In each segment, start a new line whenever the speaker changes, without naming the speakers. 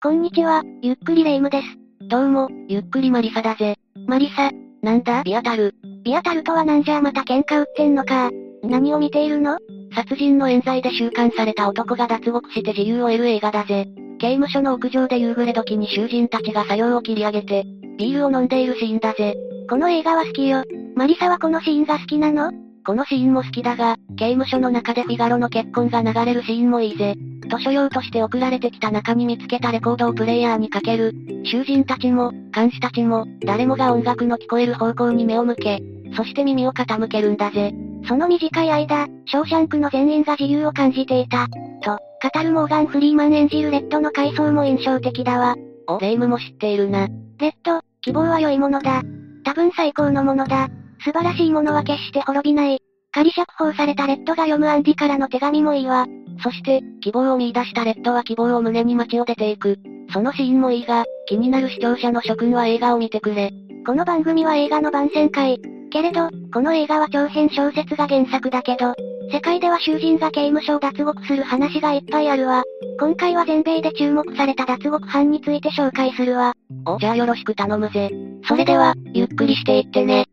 こんにちは、ゆっくりレ夢ムです。
どうも、ゆっくりマリサだぜ。
マリサ、
なんだビアタル。
ビアタルとはなんじゃまた喧嘩売ってんのか。何を見ているの
殺人の冤罪で収監された男が脱獄して自由を得る映画だぜ。刑務所の屋上で夕暮れ時に囚人たちが作業を切り上げて、ビールを飲んでいるシーンだぜ。
この映画は好きよ。マリサはこのシーンが好きなの
このシーンも好きだが、刑務所の中でフィガロの結婚が流れるシーンもいいぜ。図書用として送られてきた中に見つけたレコードをプレイヤーにかける。囚人たちも、監視たちも、誰もが音楽の聞こえる方向に目を向け、そして耳を傾けるんだぜ。
その短い間、ショーシャンクの全員が自由を感じていた。と、語るモーガン・フリーマン演じるレッドの回想も印象的だわ。
お、霊夢も知っているな。
レッド、希望は良いものだ。多分最高のものだ。素晴らしいものは決して滅びない。仮釈放されたレッドが読むアンディからの手紙もいいわ。
そして、希望を見出したレッドは希望を胸に街を出ていく。そのシーンもいいが、気になる視聴者の諸君は映画を見てくれ。
この番組は映画の番宣会。けれど、この映画は長編小説が原作だけど、世界では囚人が刑務所を脱獄する話がいっぱいあるわ。今回は全米で注目された脱獄犯について紹介するわ。
お、じゃあよろしく頼むぜ。
それでは、ゆっくりしていってね。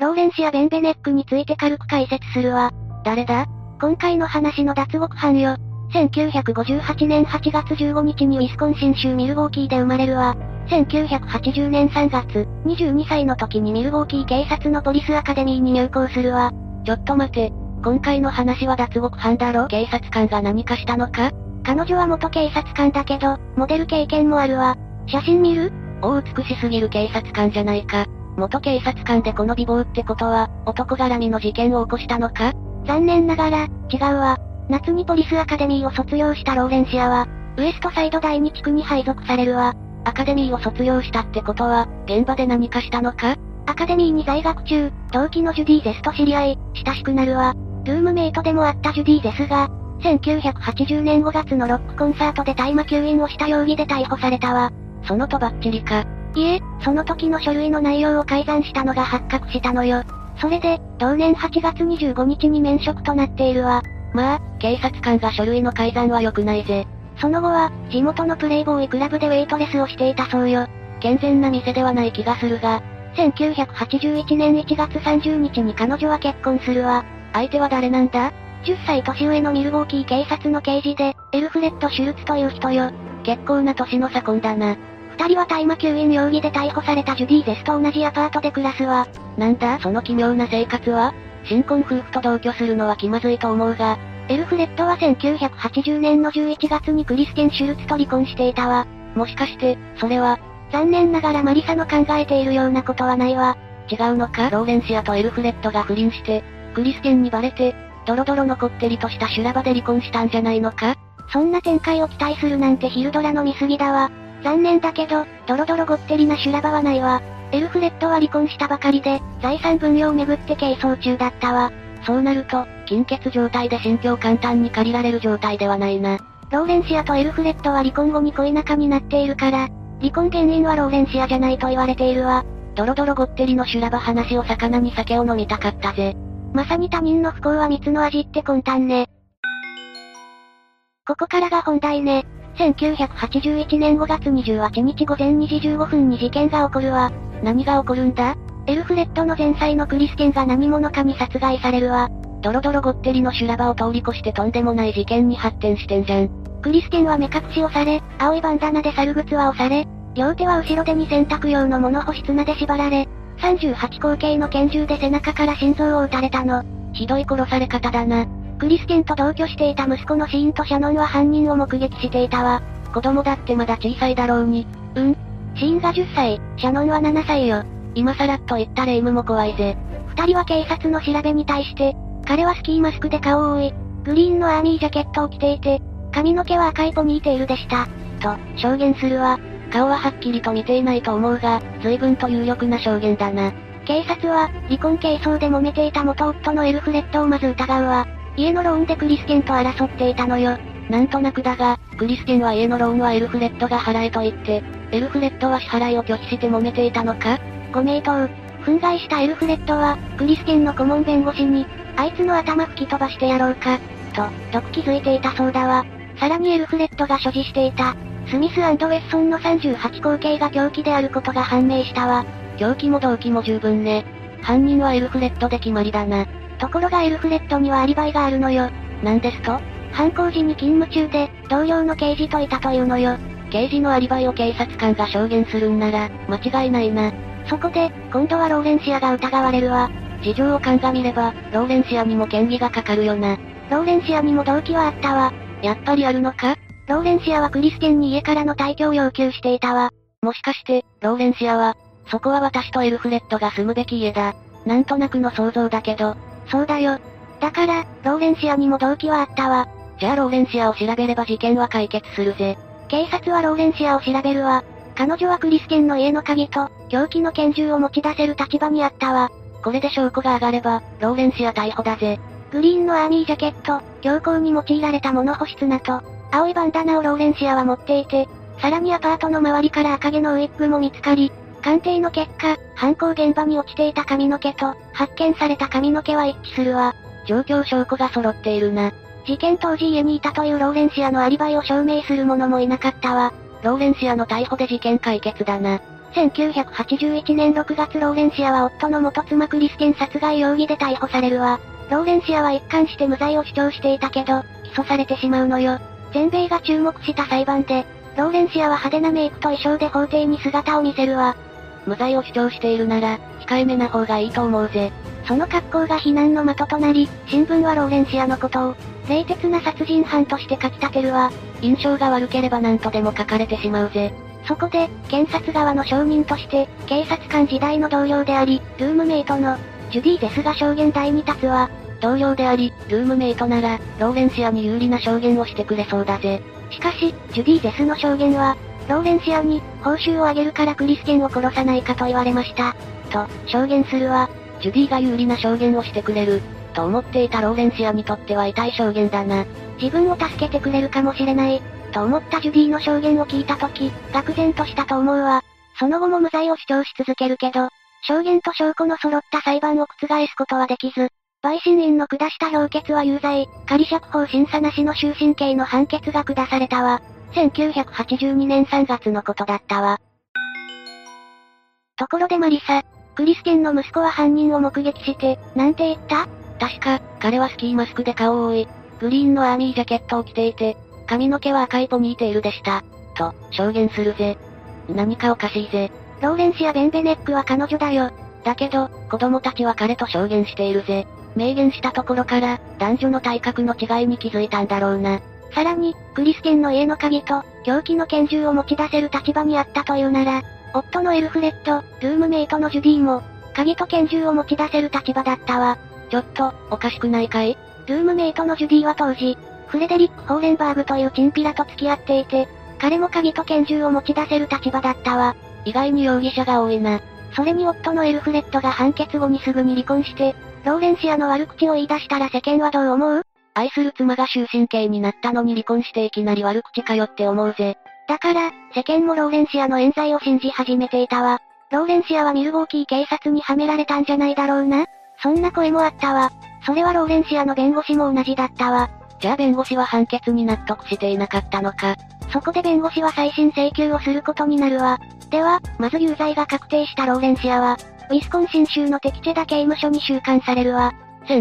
ローレンシア・ベンベネックについて軽く解説するわ。
誰だ
今回の話の脱獄犯よ。1958年8月15日にウィスコンシン州ミルウォーキーで生まれるわ。1980年3月、22歳の時にミルウォーキー警察のポリスアカデミーに入校するわ。
ちょっと待て。今回の話は脱獄犯だろ警察官が何かしたのか
彼女は元警察官だけど、モデル経験もあるわ。写真見る
お美しすぎる警察官じゃないか。元警察官でこの美貌ってことは、男絡みの事件を起こしたのか
残念ながら、違うわ。夏にポリスアカデミーを卒業したローレンシアは、ウエストサイド第2地区に配属されるわ。
アカデミーを卒業したってことは、現場で何かしたのか
アカデミーに在学中、同期のジュディ・ゼスと知り合い、親しくなるわ。ルームメイトでもあったジュディ・ゼスが、1980年5月のロックコンサートで大麻吸引をした容疑で逮捕されたわ。
そのとばっちりか。
いえ、その時の書類の内容を改ざんしたのが発覚したのよ。それで、同年8月25日に免職となっているわ。
まあ、警察官が書類の改ざんは良くないぜ。
その後は、地元のプレイボーイクラブでウェイトレスをしていたそうよ。
健全な店ではない気がするが、
1981年1月30日に彼女は結婚するわ。
相手は誰なんだ
?10 歳年上のミルウォーキー警察の刑事で、エルフレッド・シュルツという人よ。
結構な年の差婚だな。
二人は大麻吸引容疑で逮捕されたジュディ・ゼスと同じアパートで暮らすわ。
なんだその奇妙な生活は新婚夫婦と同居するのは気まずいと思うが、
エルフレッドは1980年の11月にクリスケン・シュルツと離婚していたわ。
もしかして、それは、
残念ながらマリサの考えているようなことはないわ。
違うのかローレンシアとエルフレッドが不倫して、クリスケンにバレて、ドロドロのこってりとした修羅場で離婚したんじゃないのか
そんな展開を期待するなんてヒルドラの見過ぎだわ。残念だけど、ドロドロごってりな修羅場はないわ。エルフレッドは離婚したばかりで、財産分与をめぐって係争中だったわ。
そうなると、金欠状態で心境簡単に借りられる状態ではないな。
ローレンシアとエルフレッドは離婚後に恋仲になっているから、離婚原因はローレンシアじゃないと言われているわ。
ドロドロごってりの修羅場話を魚に酒を飲みたかったぜ。
まさに他人の不幸は蜜の味って混沌ね。ここからが本題ね。1981年5月28日午前2時15分に事件が起こるわ。
何が起こるんだ
エルフレッドの前妻のクリスケンが何者かに殺害されるわ。
ドロドロごってりの修羅場を通り越してとんでもない事件に発展してんじゃん。
クリスケンは目隠しをされ、青いバンダナで猿靴は押され、両手は後ろ手に洗濯用の物干し綱で縛られ、38口径の拳銃で背中から心臓を撃たれたの。
ひどい殺され方だな。
クリスケンと同居していた息子のシーンとシャノンは犯人を目撃していたわ。
子供だってまだ小さいだろうに。
うん。シーンが10歳、シャノンは7歳よ。
今さらっと言ったレイムも怖いぜ。
二人は警察の調べに対して、彼はスキーマスクで顔を覆い、グリーンのアーミージャケットを着ていて、髪の毛は赤いポニーテールでした。と、証言するわ。
顔ははっきりと見ていないと思うが、随分と有力な証言だな。
警察は、離婚係争で揉めていた元夫のエルフレッドをまず疑うわ。家のローンでクリスケンと争っていたのよ。
なんとなくだが、クリスケンは家のローンはエルフレッドが払えと言って、エルフレッドは支払いを拒否して揉めていたのか
ご名答。憤慨したエルフレッドは、クリスケンの顧問弁護士に、あいつの頭吹き飛ばしてやろうか、と、毒気づいていたそうだわ。さらにエルフレッドが所持していた、スミスウェッソンの38口径が凶器であることが判明したわ。
凶器も動機も十分ね。犯人はエルフレッドで決まりだな。
ところがエルフレッドにはアリバイがあるのよ。
なんですと
犯行時に勤務中で、同僚の刑事といたというのよ。
刑事のアリバイを警察官が証言するんなら、間違いないな。
そこで、今度はローレンシアが疑われるわ。
事情を鑑みれば、ローレンシアにも嫌疑がかかるよな。
ローレンシアにも動機はあったわ。
やっぱりあるのか
ローレンシアはクリステンに家からの退去を要求していたわ。
もしかして、ローレンシアは、そこは私とエルフレッドが住むべき家だ。なんとなくの想像だけど。
そうだよ。だから、ローレンシアにも動機はあったわ。
じゃあローレンシアを調べれば事件は解決するぜ。
警察はローレンシアを調べるわ。彼女はクリスケンの家の鍵と、凶器の拳銃を持ち出せる立場にあったわ。
これで証拠が上がれば、ローレンシア逮捕だぜ。
グリーンのアーミージャケット、強行に用いられた物保湿なと、青いバンダナをローレンシアは持っていて、さらにアパートの周りから赤毛のウィッグも見つかり、鑑定の結果、犯行現場に落ちていた髪の毛と、発見された髪の毛は一致するわ。
状況証拠が揃っているな。
事件当時家にいたというローレンシアのアリバイを証明する者もいなかったわ。
ローレンシアの逮捕で事件解決だな。
1981年6月ローレンシアは夫の元妻クリスケン殺害容疑で逮捕されるわ。ローレンシアは一貫して無罪を主張していたけど、起訴されてしまうのよ。全米が注目した裁判で、ローレンシアは派手なメイクと衣装で法廷に姿を見せるわ。
無罪を主張しているなら、控えめな方がいいと思うぜ。
その格好が非難の的となり、新聞はローレンシアのことを、冷徹な殺人犯として書き立てるわ。
印象が悪ければ何とでも書かれてしまうぜ。
そこで、検察側の証人として、警察官時代の同僚であり、ルームメイトの、ジュディですが証言台に立つわ。
同僚であり、ルームメイトなら、ローレンシアに有利な証言をしてくれそうだぜ。
しかし、ジュディ・デスの証言は、ローレンシアに、報酬をあげるからクリスケンを殺さないかと言われました。と、証言するわ。
ジュディが有利な証言をしてくれる。と思っていたローレンシアにとっては痛い証言だな。
自分を助けてくれるかもしれない。と思ったジュディの証言を聞いたとき、愕然としたと思うわ。その後も無罪を主張し続けるけど、証言と証拠の揃った裁判を覆すことはできず、陪審員の下した評決は有罪、仮釈放審査なしの終身刑の判決が下されたわ。1982年3月のことだったわ。ところでマリサ、クリスケンの息子は犯人を目撃して、なんて言った
確か、彼はスキーマスクで顔を覆い、グリーンのアーミージャケットを着ていて、髪の毛は赤いポニーテールでした。と、証言するぜ。何かおかしいぜ。
ローレンシア・ベンベネックは彼女だよ。
だけど、子供たちは彼と証言しているぜ。明言したところから、男女の体格の違いに気づいたんだろうな。
さらに、クリスケンの家の鍵と、凶器の拳銃を持ち出せる立場にあったというなら、夫のエルフレッド、ルームメイトのジュディも、鍵と拳銃を持ち出せる立場だったわ。
ちょっと、おかしくないかい
ルームメイトのジュディは当時、フレデリック・ホーレンバーグというチンピラと付き合っていて、彼も鍵と拳銃を持ち出せる立場だったわ。
意外に容疑者が多いな。
それに夫のエルフレッドが判決後にすぐに離婚して、ローレンシアの悪口を言い出したら世間はどう思う
愛する妻が終身刑になったのに離婚していきなり悪口かよって思うぜ。
だから、世間もローレンシアの冤罪を信じ始めていたわ。ローレンシアはミルウォーキー警察にはめられたんじゃないだろうなそんな声もあったわ。それはローレンシアの弁護士も同じだったわ。
じゃあ弁護士は判決に納得していなかったのか。
そこで弁護士は再審請求をすることになるわ。では、まず有罪が確定したローレンシアは、ウィスコンシン州の敵チェダ刑務所に収監されるわ。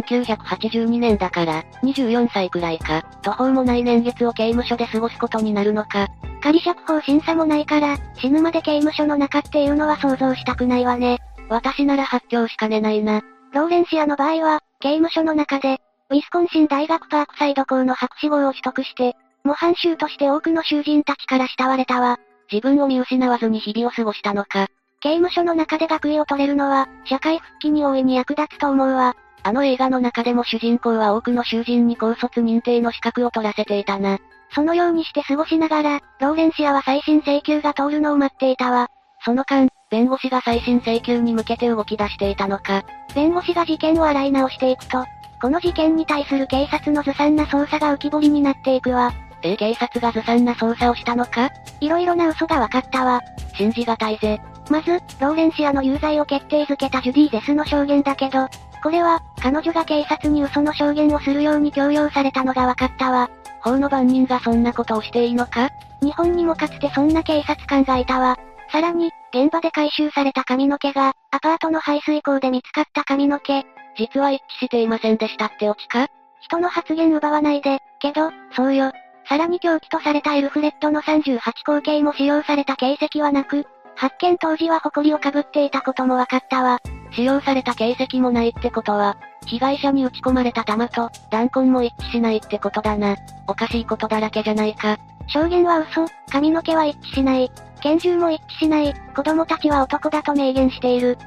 1982年だから、24歳くらいか、途方もない年月を刑務所で過ごすことになるのか。
仮釈放審査もないから、死ぬまで刑務所の中っていうのは想像したくないわね。
私なら発狂しかねないな。
ローレンシアの場合は、刑務所の中で、ウィスコンシン大学パークサイド校の博士号を取得して、模範囚として多くの囚人たちから慕われたわ。
自分を見失わずに日々を過ごしたのか。
刑務所の中で学位を取れるのは、社会復帰に大いに役立つと思うわ。
あの映画の中でも主人公は多くの囚人に高卒認定の資格を取らせていたな。
そのようにして過ごしながら、ローレンシアは再審請求が通るのを待っていたわ。
その間、弁護士が再審請求に向けて動き出していたのか。
弁護士が事件を洗い直していくと、この事件に対する警察のずさんな捜査が浮き彫りになっていくわ。
え、警察がずさんな捜査をしたのか
いろいろな嘘が分かったわ。
信じがたいぜ。
まず、ローレンシアの有罪を決定づけたジュディ・ゼスの証言だけど、これは、彼女が警察に嘘の証言をするように強要されたのが分かったわ。
法の番人がそんなことをしていいのか
日本にもかつてそんな警察官がいたわ。さらに、現場で回収された髪の毛が、アパートの排水溝で見つかった髪の毛。
実は一致していませんでしたってオチか
人の発言奪わないで、けど、そうよ。さらに凶器とされたエルフレッドの38口径も使用された形跡はなく、発見当時は埃をかぶっていたことも分かったわ。
使用された形跡もないってことは、被害者に撃ち込まれた弾と弾痕も一致しないってことだな。おかしいことだらけじゃないか。
証言は嘘、髪の毛は一致しない、拳銃も一致しない、子供たちは男だと明言している。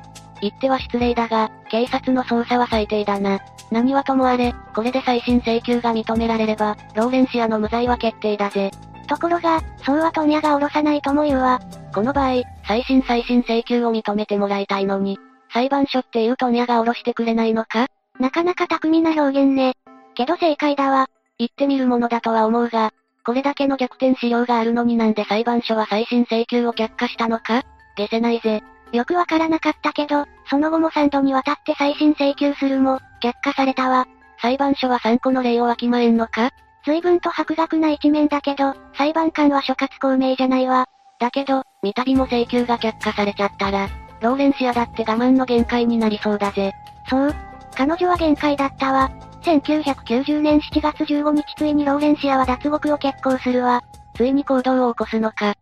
言っては失礼だが、警察の捜査は最低だな。何はともあれ、これで再審請求が認められれば、ローレンシアの無罪は決定だぜ。
ところが、そうは問屋が下ろさないとも言うわ。
この場合、再審再審請求を認めてもらいたいのに、裁判所っていう問屋が下ろしてくれないのか
なかなか巧みな表現ね。けど正解だわ。
言ってみるものだとは思うが、これだけの逆転資料があるのになんで裁判所は再審請求を却下したのか消せないぜ。
よくわからなかったけど、その後も3度にわたって再審請求するも、却下されたわ。
裁判所は3個の例をわきまえんのか
随分と薄弱な一面だけど、裁判官は諸葛孔明じゃないわ。
だけど、三度も請求が却下されちゃったら、ローレンシアだって我慢の限界になりそうだぜ。
そう。彼女は限界だったわ。1990年7月15日ついにローレンシアは脱獄を決行するわ。
ついに行動を起こすのか。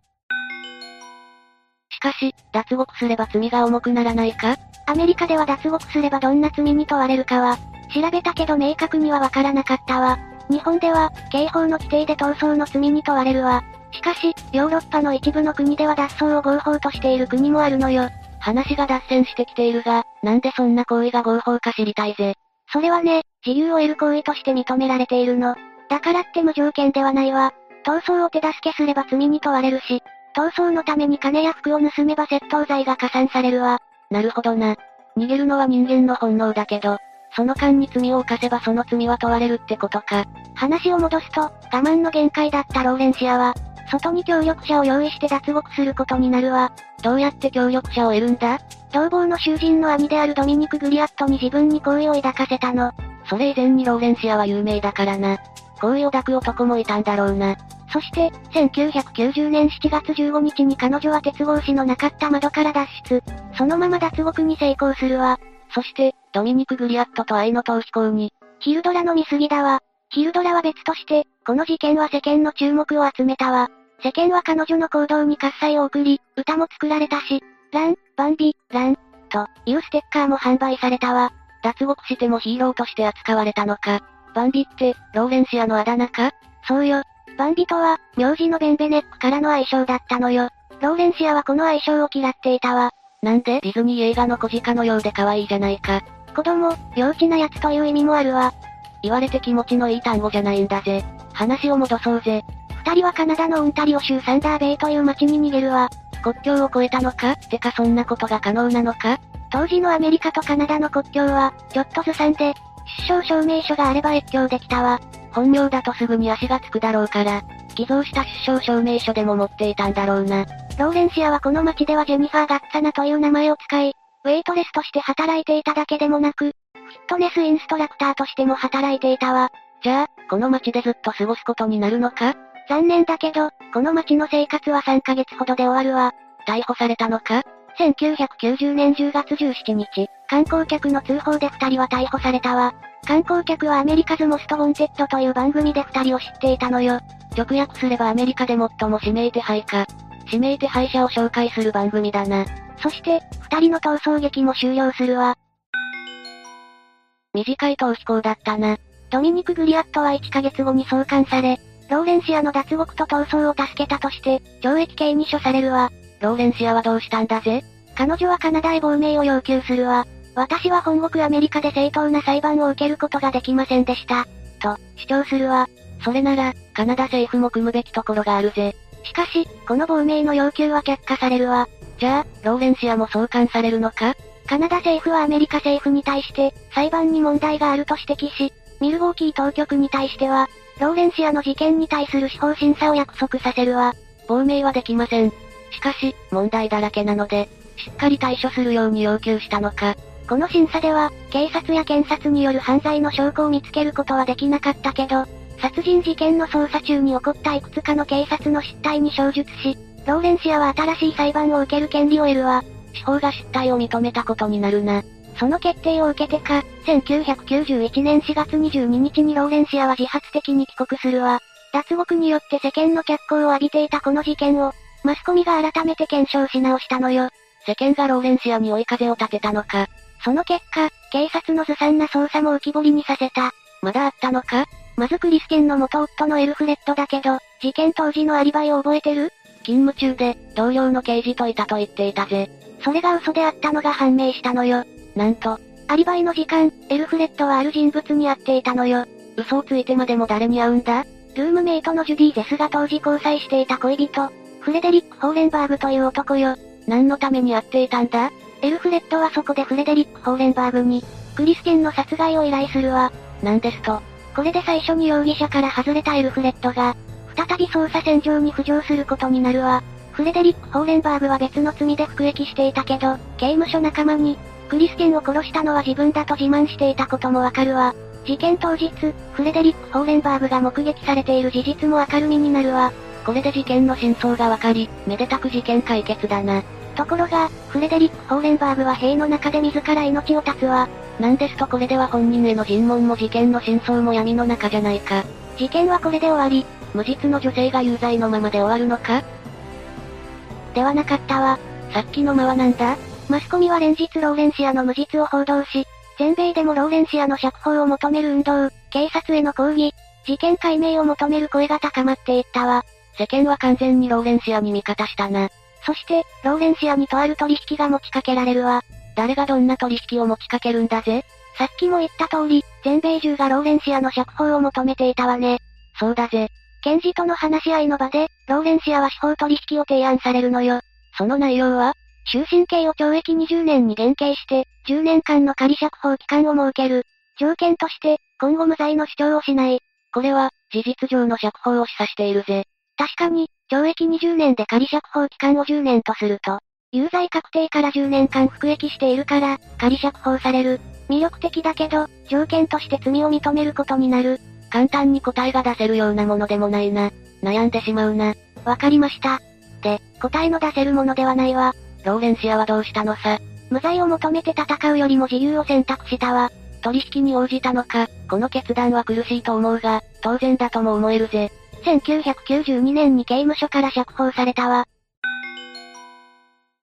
しかし、脱獄すれば罪が重くならないか
アメリカでは脱獄すればどんな罪に問われるかは、調べたけど明確にはわからなかったわ。日本では、刑法の規定で逃走の罪に問われるわ。しかし、ヨーロッパの一部の国では脱走を合法としている国もあるのよ。
話が脱線してきているが、なんでそんな行為が合法か知りたいぜ。
それはね、自由を得る行為として認められているの。だからって無条件ではないわ。逃走を手助けすれば罪に問われるし、逃走のために金や服を盗めば窃盗罪が加算されるわ。
なるほどな。逃げるのは人間の本能だけど、その間に罪を犯せばその罪は問われるってことか。
話を戻すと、我慢の限界だったローレンシアは、外に協力者を用意して脱獄することになるわ。
どうやって協力者を得るんだ
同房の囚人の兄であるドミニク・グリアットに自分に好意を抱かせたの。
それ以前にローレンシアは有名だからな。好意を抱く男もいたんだろうな。
そして、1990年7月15日に彼女は鉄格子のなかった窓から脱出。そのまま脱獄に成功するわ。
そして、ドミニク・グリアットと愛の逃避行に。
ヒルドラの見過ぎだわ。ヒルドラは別として、この事件は世間の注目を集めたわ。世間は彼女の行動に喝采を送り、歌も作られたし、ラン、バンビ、ラン、というステッカーも販売されたわ。
脱獄してもヒーローとして扱われたのか。バンビって、ローレンシアのあだ名か
そうよ。バンビとは、名字のベンベネックからの愛称だったのよ。ローレンシアはこの愛称を嫌っていたわ。
なんでディズニー映画の小鹿のようで可愛いじゃないか。
子供、幼稚なやつという意味もあるわ。
言われて気持ちのいい単語じゃないんだぜ。話を戻そうぜ。
二人はカナダのオンタリオ州サンダーベイという町に逃げるわ。
国境を越えたのかてかそんなことが可能なのか
当時のアメリカとカナダの国境は、ちょっとずさんで、出生証明書があれば越境できたわ。
本名だとすぐに足がつくだろうから、偽造した出生証明書でも持っていたんだろうな。
ローレンシアはこの町ではジェニファー・ガッツァナという名前を使い、ウェイトレスとして働いていただけでもなく、フィットネスインストラクターとしても働いていたわ。
じゃあ、この町でずっと過ごすことになるのか
残念だけど、この町の生活は3ヶ月ほどで終わるわ。
逮捕されたのか
1990年10月17日、観光客の通報で2人は逮捕されたわ。観光客はアメリカズ・モスト・ウォンテッドという番組で2人を知っていたのよ。
直訳すればアメリカで最も指名手配か。指名手配者を紹介する番組だな。
そして、2人の逃走劇も終了するわ。
短い逃避行だったな。
ドミニク・グリアットは1ヶ月後に送還され、ローレンシアの脱獄と逃走を助けたとして、懲役刑に処されるわ。
ローレンシアはどうしたんだぜ
彼女はカナダへ亡命を要求するわ。私は本国アメリカで正当な裁判を受けることができませんでした。と、主張するわ。
それなら、カナダ政府も組むべきところがあるぜ。
しかし、この亡命の要求は却下されるわ。
じゃあ、ローレンシアも送還されるのか
カナダ政府はアメリカ政府に対して、裁判に問題があると指摘し、ミルウォーキー当局に対しては、ローレンシアの事件に対する司法審査を約束させるわ。
亡命はできません。しかし、問題だらけなので、しっかり対処するように要求したのか。
この審査では、警察や検察による犯罪の証拠を見つけることはできなかったけど、殺人事件の捜査中に起こったいくつかの警察の失態に小述し、ローレンシアは新しい裁判を受ける権利を得るわ。
司法が失態を認めたことになるな。
その決定を受けてか、1991年4月22日にローレンシアは自発的に帰国するわ。脱獄によって世間の脚光を浴びていたこの事件を、マスコミが改めて検証し直したのよ。
世間がローレンシアに追い風を立てたのか。
その結果、警察のずさんな捜査も浮き彫りにさせた。
まだあったのか
まずクリスケンの元夫のエルフレッドだけど、事件当時のアリバイを覚えてる
勤務中で、同僚の刑事といたと言っていたぜ。
それが嘘であったのが判明したのよ。
なんと、
アリバイの時間、エルフレッドはある人物に会っていたのよ。
嘘をついてまでも誰に会うんだ
ルームメイトのジュディ・ゼスが当時交際していた恋人、フレデリック・ホーレンバーグという男よ。
何のために会っていたんだ
エルフレッドはそこでフレデリック・ホーレンバーグに、クリスケンの殺害を依頼するわ。
なんですと。
これで最初に容疑者から外れたエルフレッドが、再び捜査線上に浮上することになるわ。フレデリック・ホーレンバーグは別の罪で服役していたけど、刑務所仲間に、クリスケンを殺したのは自分だと自慢していたこともわかるわ。事件当日、フレデリック・ホーレンバーグが目撃されている事実も明るみになるわ。
これで事件の真相がわかり、めでたく事件解決だな。
ところが、フレデリック・ホーレンバーグは塀の中で自ら命を絶つわ。
なんですとこれでは本人への尋問も事件の真相も闇の中じゃないか。
事件はこれで終わり、
無実の女性が有罪のままで終わるのか
ではなかったわ。
さっきの間はなんだ
マスコミは連日ローレンシアの無実を報道し、全米でもローレンシアの釈放を求める運動、警察への抗議、事件解明を求める声が高まっていったわ。
世間は完全にローレンシアに味方したな。
そして、ローレンシアにとある取引が持ちかけられるわ。
誰がどんな取引を持ちかけるんだぜ
さっきも言った通り、全米中がローレンシアの釈放を求めていたわね。
そうだぜ。
検事との話し合いの場で、ローレンシアは司法取引を提案されるのよ。
その内容は
終身刑を懲役20年に減刑して、10年間の仮釈放期間を設ける。条件として、今後無罪の主張をしない。
これは、事実上の釈放を示唆しているぜ。
確かに、懲役20年で仮釈放期間を10年とすると、有罪確定から10年間服役しているから、仮釈放される。魅力的だけど、条件として罪を認めることになる。
簡単に答えが出せるようなものでもないな。悩んでしまうな。
わかりました。で、答えの出せるものではないわ。
ローレンシアはどうしたのさ。
無罪を求めて戦うよりも自由を選択したわ。
取引に応じたのか、この決断は苦しいと思うが、当然だとも思えるぜ。
1992年に刑務所から釈放されたわ。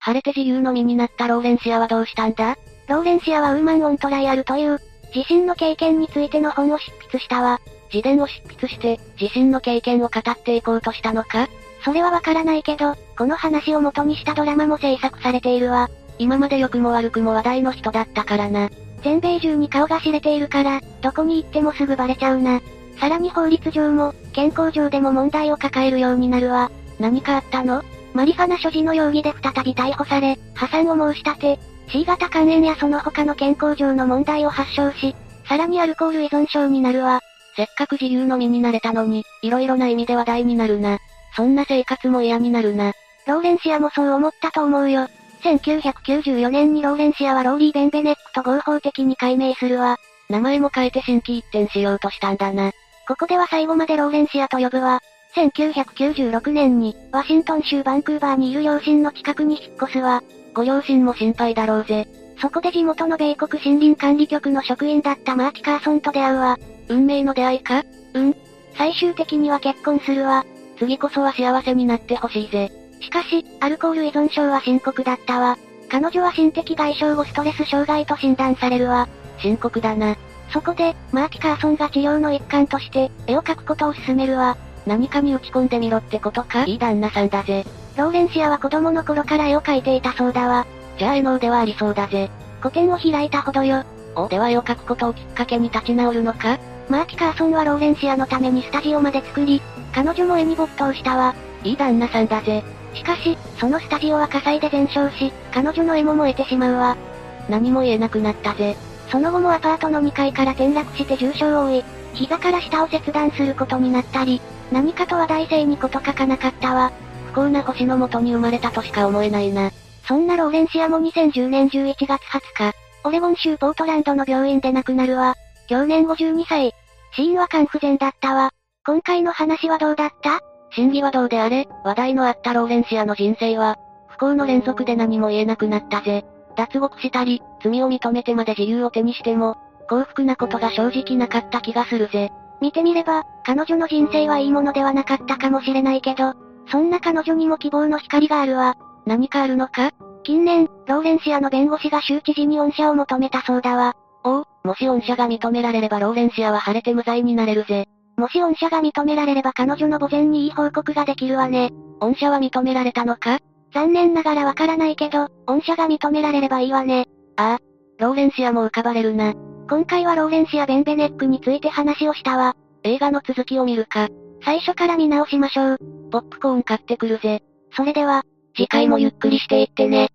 晴れて自由の身になったローレンシアはどうしたんだ
ローレンシアはウーマンオントライアルという、自身の経験についての本を執筆したわ。
自伝を執筆して、自身の経験を語っていこうとしたのか
それはわからないけど、この話を元にしたドラマも制作されているわ。
今まで良くも悪くも話題の人だったからな。
全米中に顔が知れているから、どこに行ってもすぐバレちゃうな。さらに法律上も、健康上でも問題を抱えるようになるわ。
何かあったの
マリファナ所持の容疑で再び逮捕され、破産を申し立て、C 型肝炎やその他の健康上の問題を発症し、さらにアルコール依存症になるわ。
せっかく自由の身になれたのに、色々な意味で話題になるな。そんな生活も嫌になるな。
ローレンシアもそう思ったと思うよ。1994年にローレンシアはローリー・ベンベネックと合法的に改名するわ。
名前も変えて新規一転しようとしたんだな。
ここでは最後までローレンシアと呼ぶわ。1996年に、ワシントン州バンクーバーにいる両親の近くに引っ越すわ。
ご両親も心配だろうぜ。
そこで地元の米国森林管理局の職員だったマーチ・カーソンと出会うわ。
運命の出会いか
うん。最終的には結婚するわ。
次こそは幸せになってほしいぜ。
しかし、アルコール依存症は深刻だったわ。彼女は心的外傷後ストレス障害と診断されるわ。
深刻だな。
そこで、マーチ・カーソンが治療の一環として、絵を描くことを勧めるわ。
何かに打ち込んでみろってことかいい旦那さんだぜ。
ローレンシアは子供の頃から絵を描いていたそうだわ。
じゃあ絵の腕はありそうだぜ。
個展を開いたほどよ。
お、では絵を描くことをきっかけに立ち直るのか
マーチ・カーソンはローレンシアのためにスタジオまで作り、彼女も絵に没頭したわ。
いい旦那さんだぜ。
しかし、そのスタジオは火災で全焼し、彼女の絵も燃えてしまうわ。
何も言えなくなったぜ。
その後もアパートの2階から転落して重傷を負い、膝から下を切断することになったり、何かと話題性にこと書かなかったわ。
不幸な星のもとに生まれたとしか思えないな。
そんなローレンシアも2010年11月20日、オレゴン州ポートランドの病院で亡くなるわ。去年52歳。死因は肝不全だったわ。今回の話はどうだった
審議はどうであれ、話題のあったローレンシアの人生は、不幸の連続で何も言えなくなったぜ。脱獄したり、罪を認めてまで自由を手にしても、幸福なことが正直なかった気がするぜ。
見てみれば、彼女の人生はいいものではなかったかもしれないけど、そんな彼女にも希望の光があるわ。
何かあるのか
近年、ローレンシアの弁護士が州知事に恩赦を求めたそうだわ。
おお、もし恩赦が認められればローレンシアは晴れて無罪になれるぜ。
もし恩赦が認められれば彼女の墓前にいい報告ができるわね。
恩赦は認められたのか
残念ながらわからないけど、恩赦が認められればいいわね。
ああ、ローレンシアも浮かばれるな。
今回はローレンシア・ベンベネックについて話をしたわ。
映画の続きを見るか。
最初から見直しましょう。
ポップコーン買ってくるぜ。
それでは、
次回もゆっくりしていってね。